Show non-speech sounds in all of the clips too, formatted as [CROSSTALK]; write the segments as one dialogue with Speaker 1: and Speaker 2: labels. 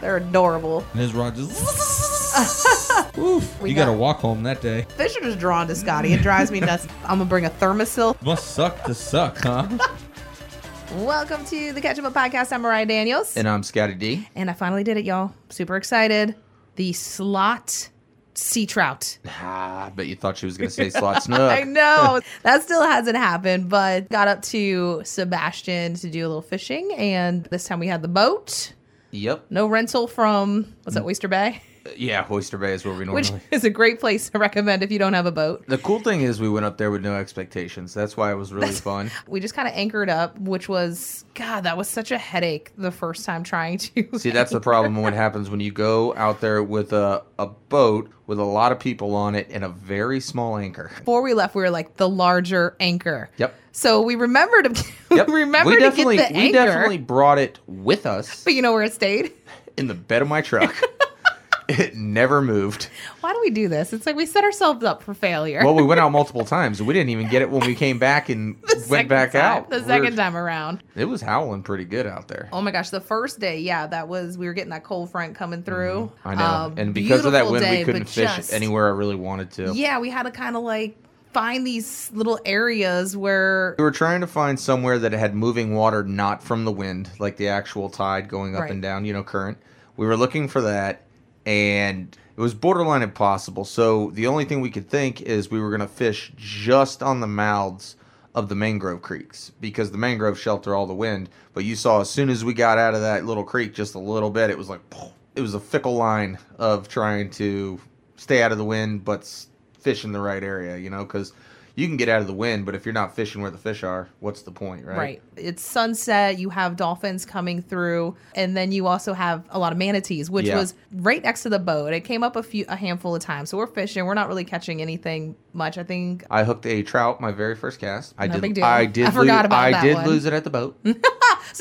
Speaker 1: They're adorable.
Speaker 2: And his
Speaker 1: [LAUGHS]
Speaker 2: rod just. Oof.
Speaker 1: We
Speaker 2: you got to
Speaker 1: got-
Speaker 2: walk home that day.
Speaker 1: Fish are just drawn to Scotty. It drives me
Speaker 3: [LAUGHS]
Speaker 1: nuts. I'm gonna bring a thermosil.
Speaker 2: Must suck to suck, huh?
Speaker 1: Welcome to the Catch 'em Up Podcast. I'm Mariah Daniels,
Speaker 3: And I'm Scotty D.
Speaker 1: and I finally did it, y'all. Super excited. The slot sea trout.
Speaker 3: Ah, I bet you thought she was going to
Speaker 1: [LAUGHS]
Speaker 3: say slot snook.
Speaker 1: I
Speaker 3: [LAUGHS]
Speaker 1: know that still hasn't happened, but got up to Sebastian to do a little fishing, and this time we had the boat.
Speaker 3: Yep.
Speaker 1: No rental from what's
Speaker 3: Mm.
Speaker 1: that Oyster Bay,
Speaker 3: Yeah, Oyster Bay is where we normally.
Speaker 1: which is a great place to recommend if you don't have a boat.
Speaker 3: The cool thing is we went up there with no expectations. That's why it was really fun.
Speaker 1: [LAUGHS] We just kind of anchored up, which was God. That was such a headache the first time trying to
Speaker 3: See, that's the problem
Speaker 1: [LAUGHS]
Speaker 3: when it happens when you go out there with a, a boat with a lot of people on it and a very small anchor.
Speaker 1: [LAUGHS] before we left, we were like the larger anchor.
Speaker 3: Yep.
Speaker 1: So we remembered to [LAUGHS]
Speaker 3: Yep.
Speaker 1: remember
Speaker 3: we
Speaker 1: to
Speaker 3: definitely
Speaker 1: get the
Speaker 3: we
Speaker 1: anchor.
Speaker 3: definitely brought it with
Speaker 1: [LAUGHS]
Speaker 3: us
Speaker 1: But you know where it stayed?
Speaker 3: in the bed of
Speaker 1: [LAUGHS]
Speaker 3: my truck. it never moved.
Speaker 1: Why do we do this? It's like we set ourselves up for failure.
Speaker 3: Well, we went out multiple times. We didn't even get it when we came back and
Speaker 1: [LAUGHS] The second
Speaker 3: went back
Speaker 1: time-
Speaker 3: out.
Speaker 1: The
Speaker 3: We were-
Speaker 1: second time around.
Speaker 3: It was howling pretty good out there.
Speaker 1: Oh my gosh, the first day, yeah, that was we were getting that cold front coming through.
Speaker 3: Mm-hmm. I know.
Speaker 1: Um,
Speaker 3: and because of that
Speaker 1: beautiful
Speaker 3: wind,
Speaker 1: day,
Speaker 3: we
Speaker 1: but
Speaker 3: couldn't fish
Speaker 1: just-
Speaker 3: anywhere I really wanted to.
Speaker 1: Yeah, we had to kind of like find these little areas where
Speaker 3: We were trying to find somewhere that had moving water not from the wind, like the actual tide going up
Speaker 1: Right.
Speaker 3: and down, you know, current. We were looking for that, and it was borderline impossible. So the only thing we could think is we were going to fish just on the mouths of the mangrove creeks because the mangroves shelter all the wind. But you saw as soon as we got out of that little creek just a little bit, it was like, it was a fickle line of trying to stay out of the wind, but s- fish in the right area, you know, because you can get out of the wind, but if you're not fishing where the fish are, what's the point, right?
Speaker 1: Right. It's sunset. You have dolphins coming through, and then you also have a lot of manatees, which
Speaker 3: Yeah.
Speaker 1: was right next to the boat. It came up a few, a handful of times. So we're fishing. We're not really catching anything much. I think
Speaker 3: I hooked a trout my very first cast. I
Speaker 1: No
Speaker 3: did.
Speaker 1: big deal.
Speaker 3: I did.
Speaker 1: I forgot
Speaker 3: lose,
Speaker 1: about
Speaker 3: I
Speaker 1: that
Speaker 3: did
Speaker 1: one.
Speaker 3: lose it at
Speaker 1: [LAUGHS]
Speaker 3: the boat.
Speaker 1: so.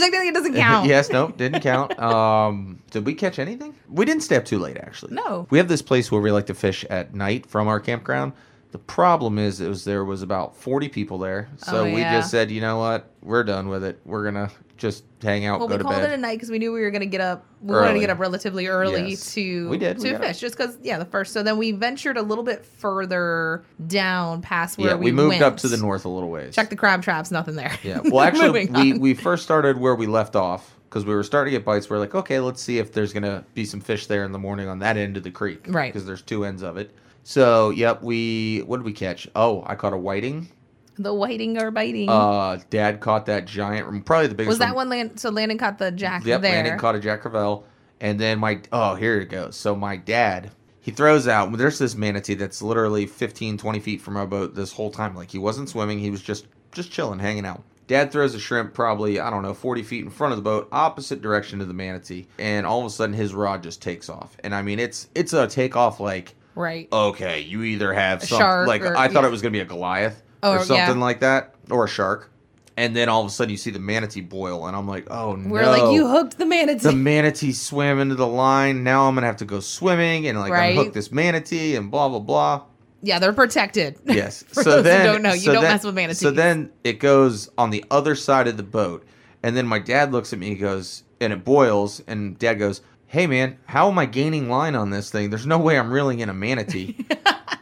Speaker 1: Technically, it
Speaker 3: [LAUGHS]
Speaker 1: doesn't count.
Speaker 3: yes. Nope.
Speaker 1: [LAUGHS]
Speaker 3: Didn't count. Um, did we catch anything? We didn't stay up too late actually.
Speaker 1: No.
Speaker 3: We have this place where we like to fish at night from our campground. The problem is, it was there was about forty people there, so
Speaker 1: Oh,
Speaker 3: we
Speaker 1: yeah.
Speaker 3: just said, you know what, we're done with it. We're gonna just hang out,
Speaker 1: Well,
Speaker 3: go
Speaker 1: we
Speaker 3: to
Speaker 1: called it a
Speaker 3: bed.
Speaker 1: night because we knew we were going to get up. We wanted to
Speaker 3: Early.
Speaker 1: get up relatively early
Speaker 3: Yes.
Speaker 1: to
Speaker 3: We did. We
Speaker 1: to
Speaker 3: got up.
Speaker 1: fish, just because yeah, the first. So then we ventured a little bit further down past where
Speaker 3: yeah,
Speaker 1: we,
Speaker 3: we, moved
Speaker 1: went.
Speaker 3: up to the north a little ways.
Speaker 1: Check the crab traps. Nothing there.
Speaker 3: Yeah.
Speaker 1: [LAUGHS]
Speaker 3: Well, actually,
Speaker 1: Moving
Speaker 3: we,
Speaker 1: on.
Speaker 3: we first started where we left off because we were starting to get bites. We're like, okay, let's see if there's going to be some fish there in the morning on that end of the creek.
Speaker 1: Right.
Speaker 3: Because there's two ends of it. So, yep, we, what did we catch? Oh, I caught a whiting.
Speaker 1: the waiting or biting.
Speaker 3: Uh, Dad caught that giant, probably the biggest
Speaker 1: Mm-hmm. was that one land? So Landon caught the jack
Speaker 3: Yep,
Speaker 1: there.
Speaker 3: Landon caught a Jack Crevel. And then my, oh, here it goes. So my dad, he throws out, there's this manatee that's literally 15, 20 feet from our boat this whole time. Like he wasn't swimming, he was just, just chilling, hanging out. Dad throws a shrimp probably, I don't know, 40 feet in front of the boat, opposite direction to the manatee. And all of a sudden his rod just takes off. And I mean, it's, it's a takeoff like,
Speaker 1: right.
Speaker 3: okay, you either have
Speaker 1: A
Speaker 3: some
Speaker 1: shark
Speaker 3: like
Speaker 1: or-
Speaker 3: I thought
Speaker 1: yeah.
Speaker 3: it was gonna be a Goliath
Speaker 1: Oh,
Speaker 3: or
Speaker 1: yeah.
Speaker 3: something like that, or a shark, and then all of a sudden you see the manatee boil, and I'm like, oh no,
Speaker 1: We're like, you hooked the manatee.
Speaker 3: the manatee swam into the line. Now I'm gonna have to go swimming and like
Speaker 1: Right.
Speaker 3: unhook this manatee and blah
Speaker 1: [LAUGHS]
Speaker 3: blah blah.
Speaker 1: yeah, they're protected.
Speaker 3: Yes.
Speaker 1: For
Speaker 3: so
Speaker 1: those who
Speaker 3: then,
Speaker 1: don't know, you
Speaker 3: so
Speaker 1: don't
Speaker 3: then-
Speaker 1: mess with manatees.
Speaker 3: So then it goes on the other side of the boat, and then my dad looks at me. He goes, and it boils. And dad goes, "Hey man, how am I gaining line on this thing? There's no way I'm reeling in a manatee."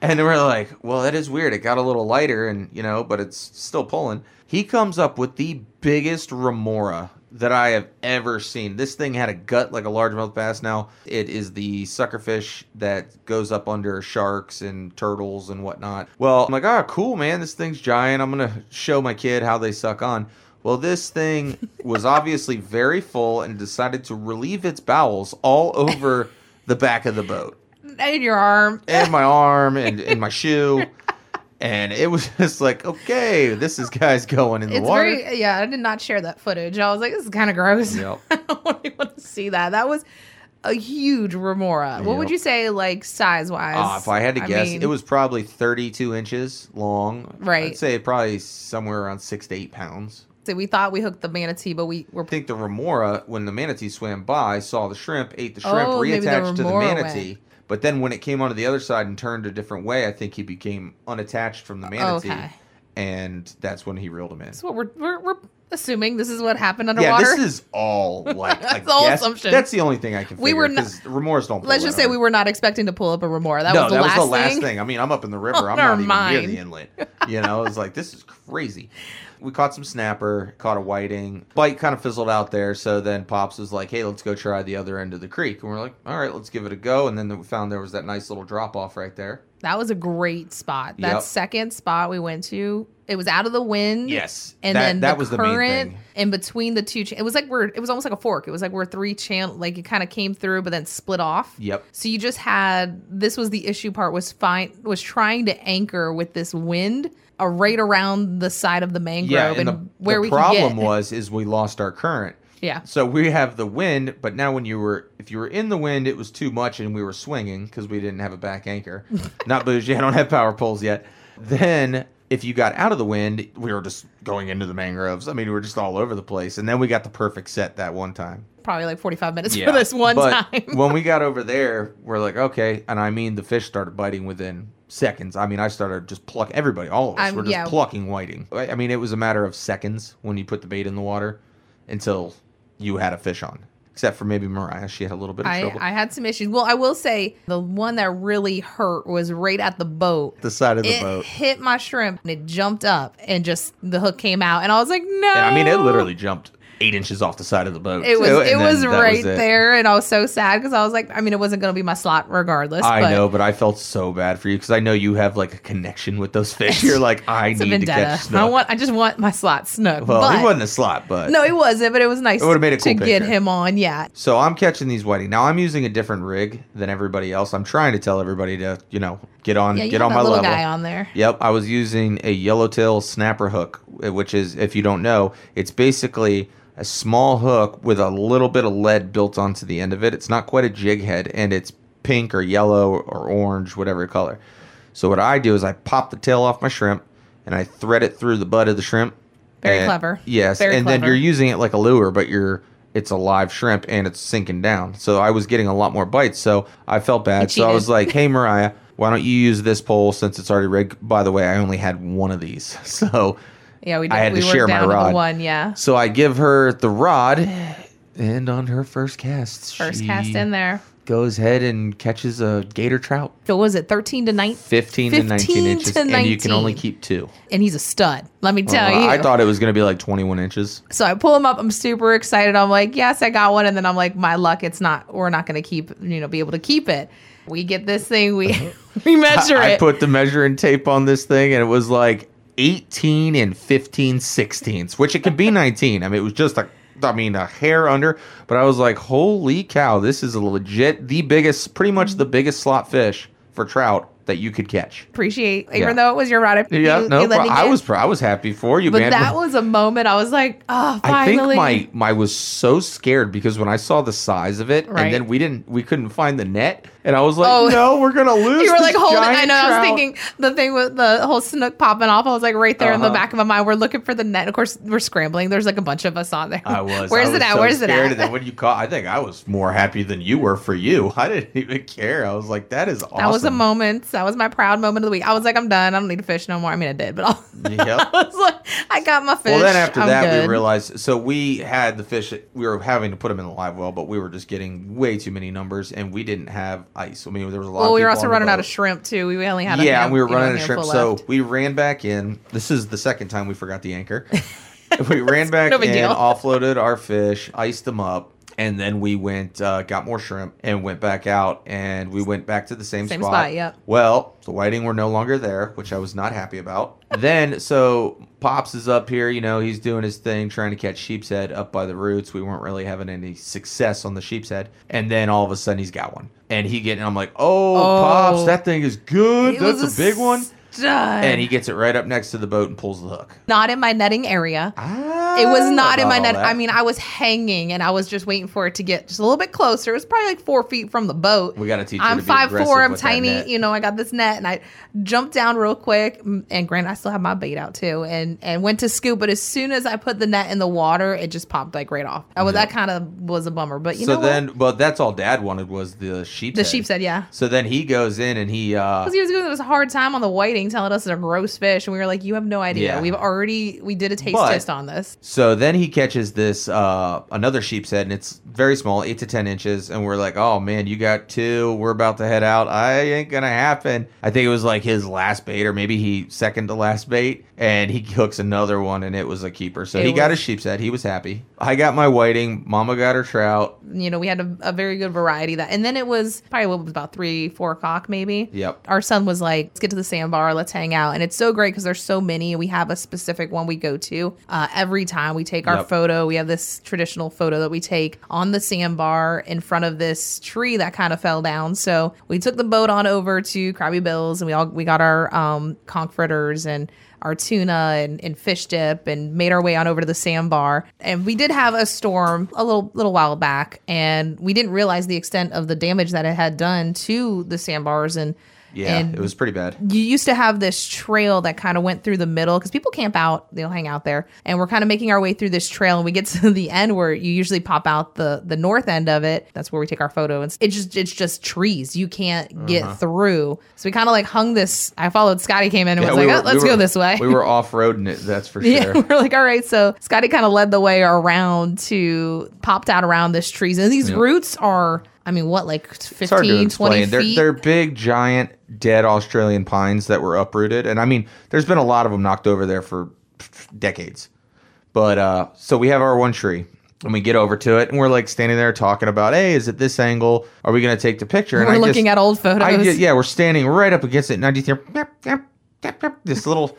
Speaker 3: and then we're like, "Well, that is weird. It got a little lighter, and you know, but it's still pulling." He comes up with the biggest remora that I have ever seen. This thing had a gut like a largemouth bass. Now it is the suckerfish that goes up under sharks and turtles and whatnot. Well, I'm like, ah, cool, man. This thing's giant. I'm gonna show my kid how they suck on. Well, this thing was obviously very full and decided to relieve its bowels all over the back of the boat
Speaker 1: [LAUGHS] in your arm.
Speaker 3: and my arm and,
Speaker 1: [LAUGHS]
Speaker 3: and my shoe. And it was [LAUGHS] just like, okay, this is guy's going in the
Speaker 1: It's
Speaker 3: water.
Speaker 1: very yeah. I did not share that footage. I was like, this is kind of gross.
Speaker 3: Yep.
Speaker 1: [LAUGHS] I don't really want to see that. That was a huge remora. What would
Speaker 3: Yep.
Speaker 1: you say, like size wise?
Speaker 3: Uh, if I had to guess,
Speaker 1: mean,
Speaker 3: it was probably 32 inches long.
Speaker 1: Right.
Speaker 3: I'd say probably somewhere around six to eight pounds.
Speaker 1: so we thought we hooked the manatee, but we were
Speaker 3: I think the remora, when the manatee swam by, saw the shrimp, ate the shrimp,
Speaker 1: Oh, maybe the
Speaker 3: reattached to the
Speaker 1: remora
Speaker 3: manatee. But then when it came onto the other side and turned a different way, I think he became unattached from the [LAUGHS] manatee.
Speaker 1: Oh, okay.
Speaker 3: And that's when he reeled him in.
Speaker 1: That's what we're we're we're assuming this is what happened
Speaker 3: Yeah,
Speaker 1: underwater.
Speaker 3: this is
Speaker 1: [LAUGHS]
Speaker 3: all like
Speaker 1: That's
Speaker 3: I
Speaker 1: the whole
Speaker 3: guess-
Speaker 1: assumption.
Speaker 3: That's the only thing I can.
Speaker 1: We
Speaker 3: figure,
Speaker 1: were not-
Speaker 3: 'cause remorse don't. pull
Speaker 1: Let's just
Speaker 3: that
Speaker 1: say
Speaker 3: over.
Speaker 1: we were not expecting to pull up a remora. That
Speaker 3: no,
Speaker 1: was the
Speaker 3: that
Speaker 1: last
Speaker 3: was the last
Speaker 1: thing.
Speaker 3: thing. I mean, I'm up in
Speaker 1: [LAUGHS]
Speaker 3: the river.
Speaker 1: On
Speaker 3: I'm
Speaker 1: our
Speaker 3: not even near
Speaker 1: mind.
Speaker 3: the inlet. You know, it's like this is crazy. We caught some snapper, caught a whiting. Bite kind of fizzled out there. So then Pops was like, "Hey, let's go try the other end of the creek." And we're like, "All right, let's give it a go." And then we found there was that nice little drop off right there.
Speaker 1: That was a great spot. That
Speaker 3: Yep.
Speaker 1: second spot we went to, it was out of the wind.
Speaker 3: Yes,
Speaker 1: And
Speaker 3: that,
Speaker 1: then
Speaker 3: that
Speaker 1: the
Speaker 3: was
Speaker 1: current
Speaker 3: the main thing.
Speaker 1: in between the two, cha- it was like we're, it was almost like a fork. It was like we're three channel, like it kind of came through, but then split off.
Speaker 3: Yep.
Speaker 1: So you just had this was the issue part was fine was trying to anchor with this wind uh, right around the side of the mangrove
Speaker 3: Yeah,
Speaker 1: and
Speaker 3: and the,
Speaker 1: where
Speaker 3: the
Speaker 1: we
Speaker 3: problem
Speaker 1: could get.
Speaker 3: was is we lost our current.
Speaker 1: [LAUGHS] yeah.
Speaker 3: So we have the wind, but now when you were if you were in the wind, it was too much, and we were swinging because we didn't have a back anchor. Not bougie. I don't have power poles yet. Then if you got out of the wind, we were just going into the mangroves. I mean, we were just all over the place, and then we got the perfect set that one time.
Speaker 1: Probably like 45 minutes [LAUGHS] for this one
Speaker 3: But
Speaker 1: time. [LAUGHS]
Speaker 3: when [LAUGHS] we got over there, we're like, okay, and I mean, the fish started biting within seconds. I mean, I started just pluck everybody, all of us.
Speaker 1: Um,
Speaker 3: were just
Speaker 1: yeah.
Speaker 3: plucking whiting. I I mean, it was a matter of seconds when you put the bait in the water until you had a fish on. Except for maybe Mariah, she had a little bit of
Speaker 1: I,
Speaker 3: trouble.
Speaker 1: I had some issues. Well, I will say the one that really hurt was right at the boat.
Speaker 3: the side of the
Speaker 1: it
Speaker 3: boat.
Speaker 1: hit my shrimp and it jumped up and just the hook came out and I was like, no.
Speaker 3: And I mean, it literally jumped eight inches off the side of the boat.
Speaker 1: It was
Speaker 3: So-
Speaker 1: it,
Speaker 3: and then
Speaker 1: was
Speaker 3: that
Speaker 1: right
Speaker 3: it.
Speaker 1: there and I was so sad because I was like, I mean, it wasn't gonna be my slot regardless.
Speaker 3: I
Speaker 1: but
Speaker 3: know, but I felt so bad for you because I know you have like a connection with those
Speaker 1: [LAUGHS]
Speaker 3: fish. You're like, I
Speaker 1: It's a
Speaker 3: need to
Speaker 1: vendetta.
Speaker 3: catch
Speaker 1: I
Speaker 3: snook.
Speaker 1: want. I just want my slot snook.
Speaker 3: well,
Speaker 1: but,
Speaker 3: it wasn't a slot, but
Speaker 1: No, it wasn't. But it was nice.
Speaker 3: It would've made a
Speaker 1: to
Speaker 3: cool
Speaker 1: get
Speaker 3: picture.
Speaker 1: him on. Yeah,
Speaker 3: So I'm catching these whiting. Now I'm using a different rig than everybody else. I'm trying to tell everybody to, you know, get on
Speaker 1: yeah. You
Speaker 3: get
Speaker 1: have
Speaker 3: on
Speaker 1: that
Speaker 3: my
Speaker 1: little
Speaker 3: level.
Speaker 1: guy on there.
Speaker 3: Yep, I was using a yellowtail snapper hook, eh, which is if you don't know, it's basically a small hook with a little bit of lead built onto the end of it. It's not quite a jig head and it's pink or yellow or orange, whatever color. So what I do is I pop the tail off my shrimp and I thread it through the butt of the shrimp.
Speaker 1: Very
Speaker 3: and-
Speaker 1: clever.
Speaker 3: Yes,
Speaker 1: Very
Speaker 3: and then
Speaker 1: clever.
Speaker 3: you're using it like a lure, but you're it's a live shrimp and it's sinking down. So I was getting a lot more bites, so I felt bad. So I
Speaker 1: cheated.
Speaker 3: was like, "Hey, Mariah, why don't you use this pole since it's already rigged?" By the way, I only had one of these, [LAUGHS] so
Speaker 1: Yeah, we did.
Speaker 3: I had
Speaker 1: we
Speaker 3: to
Speaker 1: were
Speaker 3: share my
Speaker 1: down to the
Speaker 3: rod.
Speaker 1: one. Yeah,
Speaker 3: so I give her the rod, and on her first cast,
Speaker 1: first
Speaker 3: she
Speaker 1: cast in there.
Speaker 3: goes ahead and catches a gator trout,
Speaker 1: So what was it thirteen to nine?
Speaker 3: fifteen, to nineteen
Speaker 1: 15
Speaker 3: inches,
Speaker 1: to
Speaker 3: and you can only
Speaker 1: 19.
Speaker 3: keep two.
Speaker 1: And he's a stud. Let me tell
Speaker 3: Well,
Speaker 1: you.
Speaker 3: I thought it was going to be like twenty-one inches.
Speaker 1: so I pull him up. I'm super excited. I'm like, yes, I got one. And then I'm like, my luck. It's not. We're not going to keep. You know, be able to keep it. We get this thing. We [LAUGHS] we measure
Speaker 3: Uh-huh. I
Speaker 1: it.
Speaker 3: put the measuring tape on this thing and it was like 18 and 15 sixteenths, which it could be 19. I mean, it was just a, I mean, a hair under, but I was like, holy cow, this is a legit, the biggest, pretty much the biggest slot fish for trout that you could catch.
Speaker 1: Appreciate, even
Speaker 3: Yeah.
Speaker 1: though it was your rod. I-
Speaker 3: Yeah,
Speaker 1: you-
Speaker 3: no,
Speaker 1: you let
Speaker 3: pro-
Speaker 1: me
Speaker 3: I
Speaker 1: get-
Speaker 3: was, pr- I was happy for you,
Speaker 1: But
Speaker 3: man.
Speaker 1: that was a moment. I was like, oh,
Speaker 3: I think
Speaker 1: finally. [LAUGHS]
Speaker 3: my my was so scared because when I saw the size of it,
Speaker 1: Right.
Speaker 3: and then we didn't we couldn't find the net, and I was like,
Speaker 1: Oh.
Speaker 3: "No, we're gonna
Speaker 1: [LAUGHS]
Speaker 3: lose."
Speaker 1: you were
Speaker 3: this
Speaker 1: like holding.
Speaker 3: giant
Speaker 1: I know. I
Speaker 3: trout.
Speaker 1: was thinking the thing with the whole snook popping off. I was like right there in the
Speaker 3: Uh-huh.
Speaker 1: back of my mind. We're looking for the net. Of course, we're scrambling. There's like a bunch of us on there.
Speaker 3: I was.
Speaker 1: Where's
Speaker 3: I was
Speaker 1: it at?
Speaker 3: so
Speaker 1: Where's it
Speaker 3: scared, And
Speaker 1: at?
Speaker 3: then when you caught, I think I was more happy than you were for you. [LAUGHS] I didn't even care. I was like, that is awesome.
Speaker 1: That was a moment. That was my proud moment of the week. I was like, I'm done. I don't need to fish no more. I mean, I did, but [LAUGHS] I
Speaker 3: [LAUGHS] Yep.
Speaker 1: was like, I got my fish.
Speaker 3: Well, then after
Speaker 1: I'm
Speaker 3: that, we
Speaker 1: good.
Speaker 3: realized. So we had the fish. We were having to put them in the live well, but we were just getting way too many numbers, and we didn't have ice. I mean, there was a lot.
Speaker 1: Well,
Speaker 3: of
Speaker 1: we were
Speaker 3: people
Speaker 1: also
Speaker 3: on the
Speaker 1: running out
Speaker 3: boat.
Speaker 1: of shrimp too. We only had a
Speaker 3: yeah,
Speaker 1: hand-
Speaker 3: and we were
Speaker 1: you know,
Speaker 3: running out of shrimp.
Speaker 1: handful
Speaker 3: So
Speaker 1: left.
Speaker 3: we ran back in. This is the second time we forgot the
Speaker 1: [LAUGHS]
Speaker 3: anchor. we ran back
Speaker 1: No
Speaker 3: in,
Speaker 1: big deal.
Speaker 3: [LAUGHS] offloaded our fish, iced them up, and then we went, uh, got more shrimp, and went back out. And we went back to the same,
Speaker 1: Same
Speaker 3: spot.
Speaker 1: spot, yep.
Speaker 3: Well, the whiting were no longer there, which I was not happy about. then, so Pops is up here. You know, he's doing his thing, trying to catch sheep's head up by the roots. We weren't really having any success on the sheep's head. And then all of a sudden, he's got one. And he getting, I'm like, oh,
Speaker 1: Oh.
Speaker 3: Pops, that thing is good.
Speaker 1: It
Speaker 3: That's
Speaker 1: was
Speaker 3: a big one.
Speaker 1: stud.
Speaker 3: And he gets it right up next to the boat and pulls the hook.
Speaker 1: not in my netting area.
Speaker 3: Ah,
Speaker 1: It was not in my
Speaker 3: about
Speaker 1: net.
Speaker 3: all
Speaker 1: I
Speaker 3: that.
Speaker 1: mean, I was hanging and I was just waiting for it to get just a little bit closer. It was probably like four feet from the boat.
Speaker 3: we got to teach. her
Speaker 1: I'm
Speaker 3: to be
Speaker 1: five
Speaker 3: aggressive
Speaker 1: four. I'm
Speaker 3: with that net.
Speaker 1: tiny. You know, I got this net and I jumped down real quick. mm, And granted, I still have my bait out too, and and went to scoop. But as soon as I put the net in the water, it just popped like right off. I was that kind of was a bummer. But you
Speaker 3: so
Speaker 1: know,
Speaker 3: then,
Speaker 1: what?
Speaker 3: but that's all Dad wanted was the sheep's
Speaker 1: the
Speaker 3: head.
Speaker 1: sheep said, yeah.
Speaker 3: So then he goes in and he. uh
Speaker 1: Because he was giving us a hard time on the whiting, telling us they're gross fish, and we were like, "You have no idea.
Speaker 3: Yeah.
Speaker 1: We've already we did a taste
Speaker 3: But-
Speaker 1: test on this."
Speaker 3: So then he catches this uh, another sheep's head, and it's very small, eight to ten inches. And we're like, "Oh man, you got two. We're about to head out. I ain't gonna happen." I think it was like his last bait, or maybe he second to last bait, and he [LAUGHS] hooks another one, and it was a keeper. So
Speaker 1: It
Speaker 3: he got
Speaker 1: was-
Speaker 3: his sheep's head. He was happy. I got my whiting. Mama got her trout.
Speaker 1: You know, we had a, a very good variety of that. And then it was probably what was about three, four o'clock maybe.
Speaker 3: Yep.
Speaker 1: Our son was like, let's get to the sandbar, let's hang out. And it's so great because there's so many. and We have a specific one we go to uh, every time. We take our
Speaker 3: Yep.
Speaker 1: photo. We have this traditional photo that we take on the sandbar in front of this tree that kind of fell down. So we took the boat on over to Krabby Bill's and we all we got our um, conch fritters and our tuna and, and fish dip and made our way on over to the sandbar. And we did have a storm a little little while back and we didn't realize the extent of the damage that it had done to the sandbars and
Speaker 3: Yeah,
Speaker 1: and
Speaker 3: it was pretty bad.
Speaker 1: you used to have this trail that kind of went through the middle because people camp out, they'll hang out there, and we're kind of making our way through this trail, and we get [LAUGHS] to the end where you usually pop out the the north end of it. That's where we take our photo, and it's just it's just trees. You can't get
Speaker 3: Uh-huh.
Speaker 1: through, so we kind of like hung this. I followed Scotty came in and
Speaker 3: Yeah,
Speaker 1: was
Speaker 3: we
Speaker 1: like,
Speaker 3: were-
Speaker 1: "Oh, "Let's
Speaker 3: we
Speaker 1: go
Speaker 3: were-
Speaker 1: this way." [LAUGHS]
Speaker 3: We were off roading it. That's for
Speaker 1: Yeah,
Speaker 3: sure.
Speaker 1: we're like, all right. So Scotty kind of led the way around to popped out around this trees, and these roots are, I mean, what like
Speaker 3: It's hard to
Speaker 1: 15, 20
Speaker 3: explain.
Speaker 1: feet.
Speaker 3: They're, they're big, giant, dead Australian pines that were uprooted. And I mean, there's been a lot of them knocked over there for decades. But uh, so we have our one tree and we get over to it and we're like standing there talking about, hey, is it this angle? Are we going to take the picture? And
Speaker 1: we're
Speaker 3: I
Speaker 1: looking at
Speaker 3: just-
Speaker 1: old photos.
Speaker 3: I did, yeah, we're standing right up against it, and I just hear "Meep, meep, meep, meep,"
Speaker 1: [LAUGHS]
Speaker 3: this little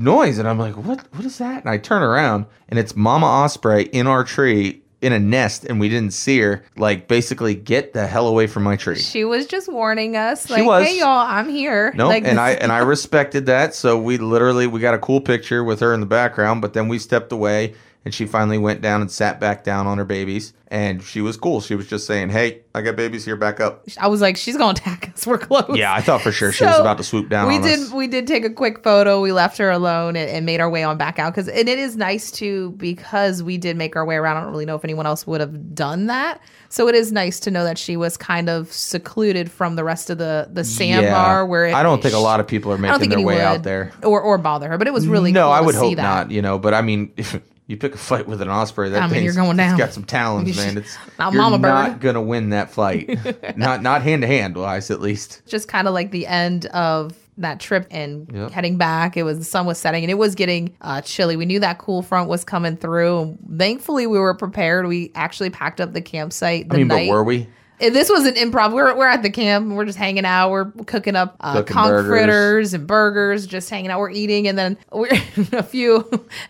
Speaker 3: noise, and I'm like, "What? What is that?" And I turn around, and it's Mama Osprey in our tree in a nest, and we didn't see her. Like, basically, get the hell away from my tree.
Speaker 1: She was just warning us, like,
Speaker 3: was.
Speaker 1: "Hey, y'all, I'm here."
Speaker 3: No,
Speaker 1: like,
Speaker 3: and I
Speaker 1: this-
Speaker 3: and I respected that. So we literally we got a cool picture with her in the background, but then we stepped away, and she finally went down and sat back down on her babies, and she was cool. She was just saying, "Hey, I got babies here. Back up."
Speaker 1: [LAUGHS] I was like, "She's gonna attack us. [LAUGHS] We're close."
Speaker 3: [LAUGHS] Yeah, I thought for sure she was
Speaker 1: So,
Speaker 3: about to swoop down.
Speaker 1: we
Speaker 3: on
Speaker 1: did.
Speaker 3: us.
Speaker 1: We did take a quick photo. We left her alone and, and made our way on back out because, and it is nice too because we did make our way around. I don't really know if anyone else would have done that, so it is nice to know that she was kind of secluded from the rest of the the sandbar. Where it,
Speaker 3: I don't think a lot of people are
Speaker 1: I don't
Speaker 3: making
Speaker 1: think
Speaker 3: their
Speaker 1: any
Speaker 3: way
Speaker 1: would,
Speaker 3: out there.
Speaker 1: or or bother her, but it was really
Speaker 3: no,
Speaker 1: cool
Speaker 3: I
Speaker 1: to
Speaker 3: would
Speaker 1: see
Speaker 3: hope
Speaker 1: that.
Speaker 3: not. You know, but I mean, [LAUGHS] if you pick a fight with an osprey, that
Speaker 1: I mean, you're
Speaker 3: thing's-
Speaker 1: going
Speaker 3: It's
Speaker 1: down.
Speaker 3: got some talons, man. It's
Speaker 1: Not
Speaker 3: you're
Speaker 1: mama bird.
Speaker 3: [LAUGHS] not gonna win that fight. [LAUGHS] not not hand to hand wise, at least.
Speaker 1: just kind of like the end of that trip and
Speaker 3: Yep.
Speaker 1: heading back. It was the sun was setting and it was getting uh, chilly. We knew that cool front was coming through. And thankfully, we were prepared. We actually packed up the campsite the
Speaker 3: I mean,
Speaker 1: night.
Speaker 3: but were we?
Speaker 1: And This was an improv. We're, we're at the camp. and We're just hanging out. We're cooking up uh,
Speaker 3: Cooking
Speaker 1: conch
Speaker 3: burgers.
Speaker 1: fritters and burgers. Just hanging out. We're eating, and then we're [LAUGHS] a few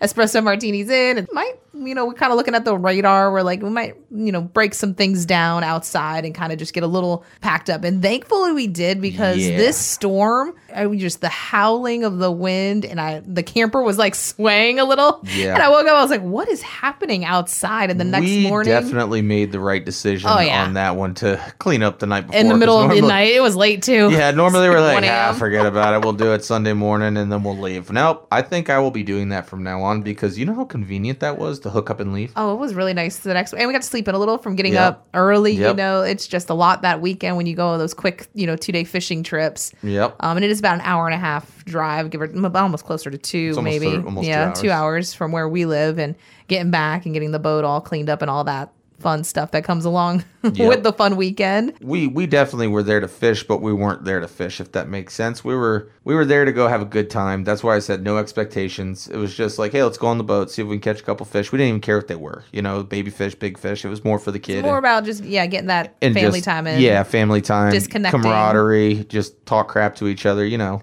Speaker 1: espresso martinis in. And might you know we're kind of looking at the radar. We're like we might you know break some things down outside and kind of just get a little packed up. And thankfully we did because
Speaker 3: Yeah.
Speaker 1: this storm, I was just the howling of the wind, and I the camper was like swaying a little.
Speaker 3: Yeah.
Speaker 1: And I woke up. I was like, what is happening outside? And the next
Speaker 3: we
Speaker 1: morning.
Speaker 3: definitely made the right decision
Speaker 1: Oh, yeah.
Speaker 3: on that one to [LAUGHS] clean up the night before.
Speaker 1: in the
Speaker 3: 'cause
Speaker 1: middle of
Speaker 3: normally-
Speaker 1: midnight, it was late too.
Speaker 3: [LAUGHS] Yeah,
Speaker 1: [LAUGHS]
Speaker 3: normally we're like,
Speaker 1: 1
Speaker 3: ah,
Speaker 1: a.m.
Speaker 3: forget about it. We'll do it Sunday morning and then we'll leave. Nope, I think I will be doing that from now on because you know how convenient that was to hook up and leave.
Speaker 1: Oh, it was really nice the next and we got to sleep in a little from getting
Speaker 3: Yep.
Speaker 1: up early. You
Speaker 3: Yep.
Speaker 1: know, it's just a lot that weekend when you go on those quick, you know, two day fishing trips.
Speaker 3: Yep.
Speaker 1: Um, and it is about an hour and a half drive, give or m- almost closer to two,
Speaker 3: almost
Speaker 1: maybe.
Speaker 3: thir- almost two
Speaker 1: yeah,
Speaker 3: hours.
Speaker 1: two hours. from where we live, and getting back and getting the boat all cleaned up and all that fun stuff that comes along [LAUGHS] with the fun weekend.
Speaker 3: we we definitely were there to fish, but we weren't there to fish. If that makes sense, we were we were there to go have a good time. That's why I said no expectations. It was just like, hey, let's go on the boat, see if we can catch a couple fish. We didn't even care what they were, you know, baby fish, big fish. It was more for the kid.
Speaker 1: More
Speaker 3: and-
Speaker 1: about just yeah, getting that
Speaker 3: and
Speaker 1: family
Speaker 3: just-
Speaker 1: time in.
Speaker 3: yeah, family time,
Speaker 1: Disconnecting.
Speaker 3: camaraderie, just talk crap to each other,
Speaker 1: [LAUGHS]
Speaker 3: you know,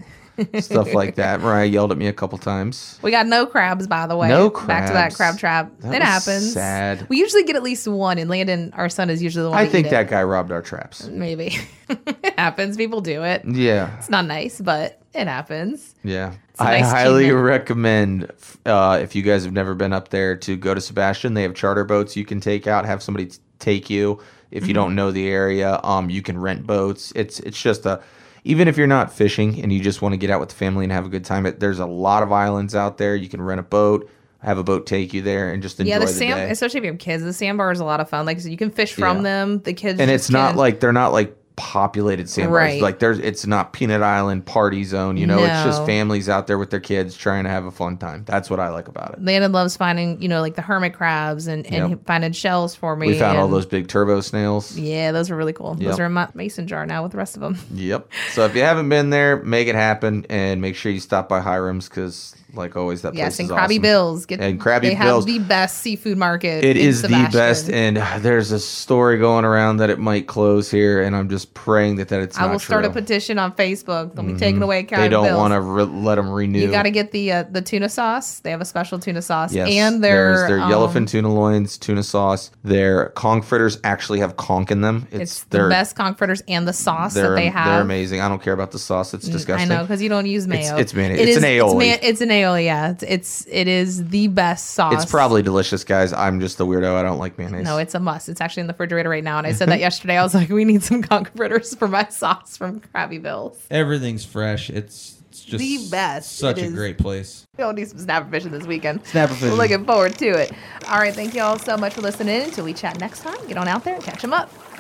Speaker 3: stuff like that. Mariah yelled at me a couple times.
Speaker 1: We got no crabs, by the way.
Speaker 3: No
Speaker 1: Back to that crab
Speaker 3: crabs.
Speaker 1: trap.
Speaker 3: That
Speaker 1: it
Speaker 3: was
Speaker 1: happens.
Speaker 3: sad.
Speaker 1: We usually get at least one, and Landon, our son, is usually the one.
Speaker 3: I
Speaker 1: to
Speaker 3: think
Speaker 1: eat
Speaker 3: that
Speaker 1: it.
Speaker 3: guy robbed our traps.
Speaker 1: maybe [LAUGHS] it happens. People do it.
Speaker 3: Yeah,
Speaker 1: It's not nice, but it happens.
Speaker 3: Yeah.
Speaker 1: a
Speaker 3: I
Speaker 1: nice
Speaker 3: highly
Speaker 1: achievement.
Speaker 3: recommend uh, if you guys have never been up there to go to Sebastian. They have charter boats you can take out, have somebody t- take you. If you
Speaker 1: Mm-hmm.
Speaker 3: don't know the area, um, you can rent boats. It's it's just a even if you're not fishing and you just want to get out with the family and have a good time, it, there's a lot of islands out there. You can rent a boat, have a boat take you there, and just enjoy
Speaker 1: yeah, the,
Speaker 3: the,
Speaker 1: sand,
Speaker 3: day.
Speaker 1: especially if you have kids, the sandbar is a lot of fun. Like, so you can fish from
Speaker 3: Yeah.
Speaker 1: them. The kids
Speaker 3: and
Speaker 1: just
Speaker 3: it's not
Speaker 1: can-
Speaker 3: like they're not like populated sandbars.
Speaker 1: Right.
Speaker 3: Like there's it's not Peanut Island party zone, you know, it's just
Speaker 1: No.
Speaker 3: families out there with their kids trying to have a fun time. That's what I like about it.
Speaker 1: Landon loves finding, you know, like the hermit crabs and, and
Speaker 3: Yep.
Speaker 1: finding shells for me.
Speaker 3: We found all
Speaker 1: and-
Speaker 3: those big turbo snails.
Speaker 1: Yeah, those were really cool. Those
Speaker 3: Yep.
Speaker 1: are in my mason jar now with the rest of them.
Speaker 3: Yep. So if you haven't been there, make it happen and make sure you stop by Hiram's because, like always, that
Speaker 1: Yes,
Speaker 3: place
Speaker 1: and
Speaker 3: is
Speaker 1: Krabby
Speaker 3: awesome.
Speaker 1: Bill's. Get,
Speaker 3: And Krabby
Speaker 1: they
Speaker 3: Bill's.
Speaker 1: have the best seafood market.
Speaker 3: It
Speaker 1: in
Speaker 3: is the best,
Speaker 1: Sebastian.
Speaker 3: and uh, there's a story going around that it might close here, and I'm just praying that that it's.
Speaker 1: I
Speaker 3: not
Speaker 1: will start
Speaker 3: true. Mm-hmm.
Speaker 1: a petition on Facebook. They'll be taking away Krabby
Speaker 3: They don't
Speaker 1: Bill's.
Speaker 3: want to re- let them renew.
Speaker 1: You got to get the uh, the tuna sauce. They have a special tuna sauce,
Speaker 3: Yes,
Speaker 1: and
Speaker 3: there's
Speaker 1: their
Speaker 3: their
Speaker 1: um,
Speaker 3: yellowfin tuna loins, tuna sauce. Their conch fritters actually have conch in them. It's,
Speaker 1: It's the
Speaker 3: they're-
Speaker 1: best conch fritters and the sauce that
Speaker 3: They're,
Speaker 1: they have.
Speaker 3: they're amazing. I don't care about the sauce. It's disgusting.
Speaker 1: I know because you don't use mayo.
Speaker 3: it's mayonnaise.
Speaker 1: It
Speaker 3: It's
Speaker 1: is-
Speaker 3: an aioli.
Speaker 1: It's, ma- it's an aioli. Yeah, it's, it's it is the best sauce.
Speaker 3: It's probably delicious, guys. I'm just the weirdo. I don't like mayonnaise.
Speaker 1: no. It's a must. It's actually in the refrigerator right now. And I said
Speaker 3: [LAUGHS]
Speaker 1: that yesterday. I was like, we need some conch fritters for my sauce from Krabby Bill's. [LAUGHS]
Speaker 2: Everything's fresh. It's, it's just
Speaker 1: The best.
Speaker 2: Such
Speaker 1: It
Speaker 2: a
Speaker 1: is.
Speaker 2: great place.
Speaker 1: We all need some snapper fishing this weekend.
Speaker 3: Snapper fishing.
Speaker 1: Looking forward to it. All right, thank you all so much for listening. Until we chat next time, get on out there and catch them up.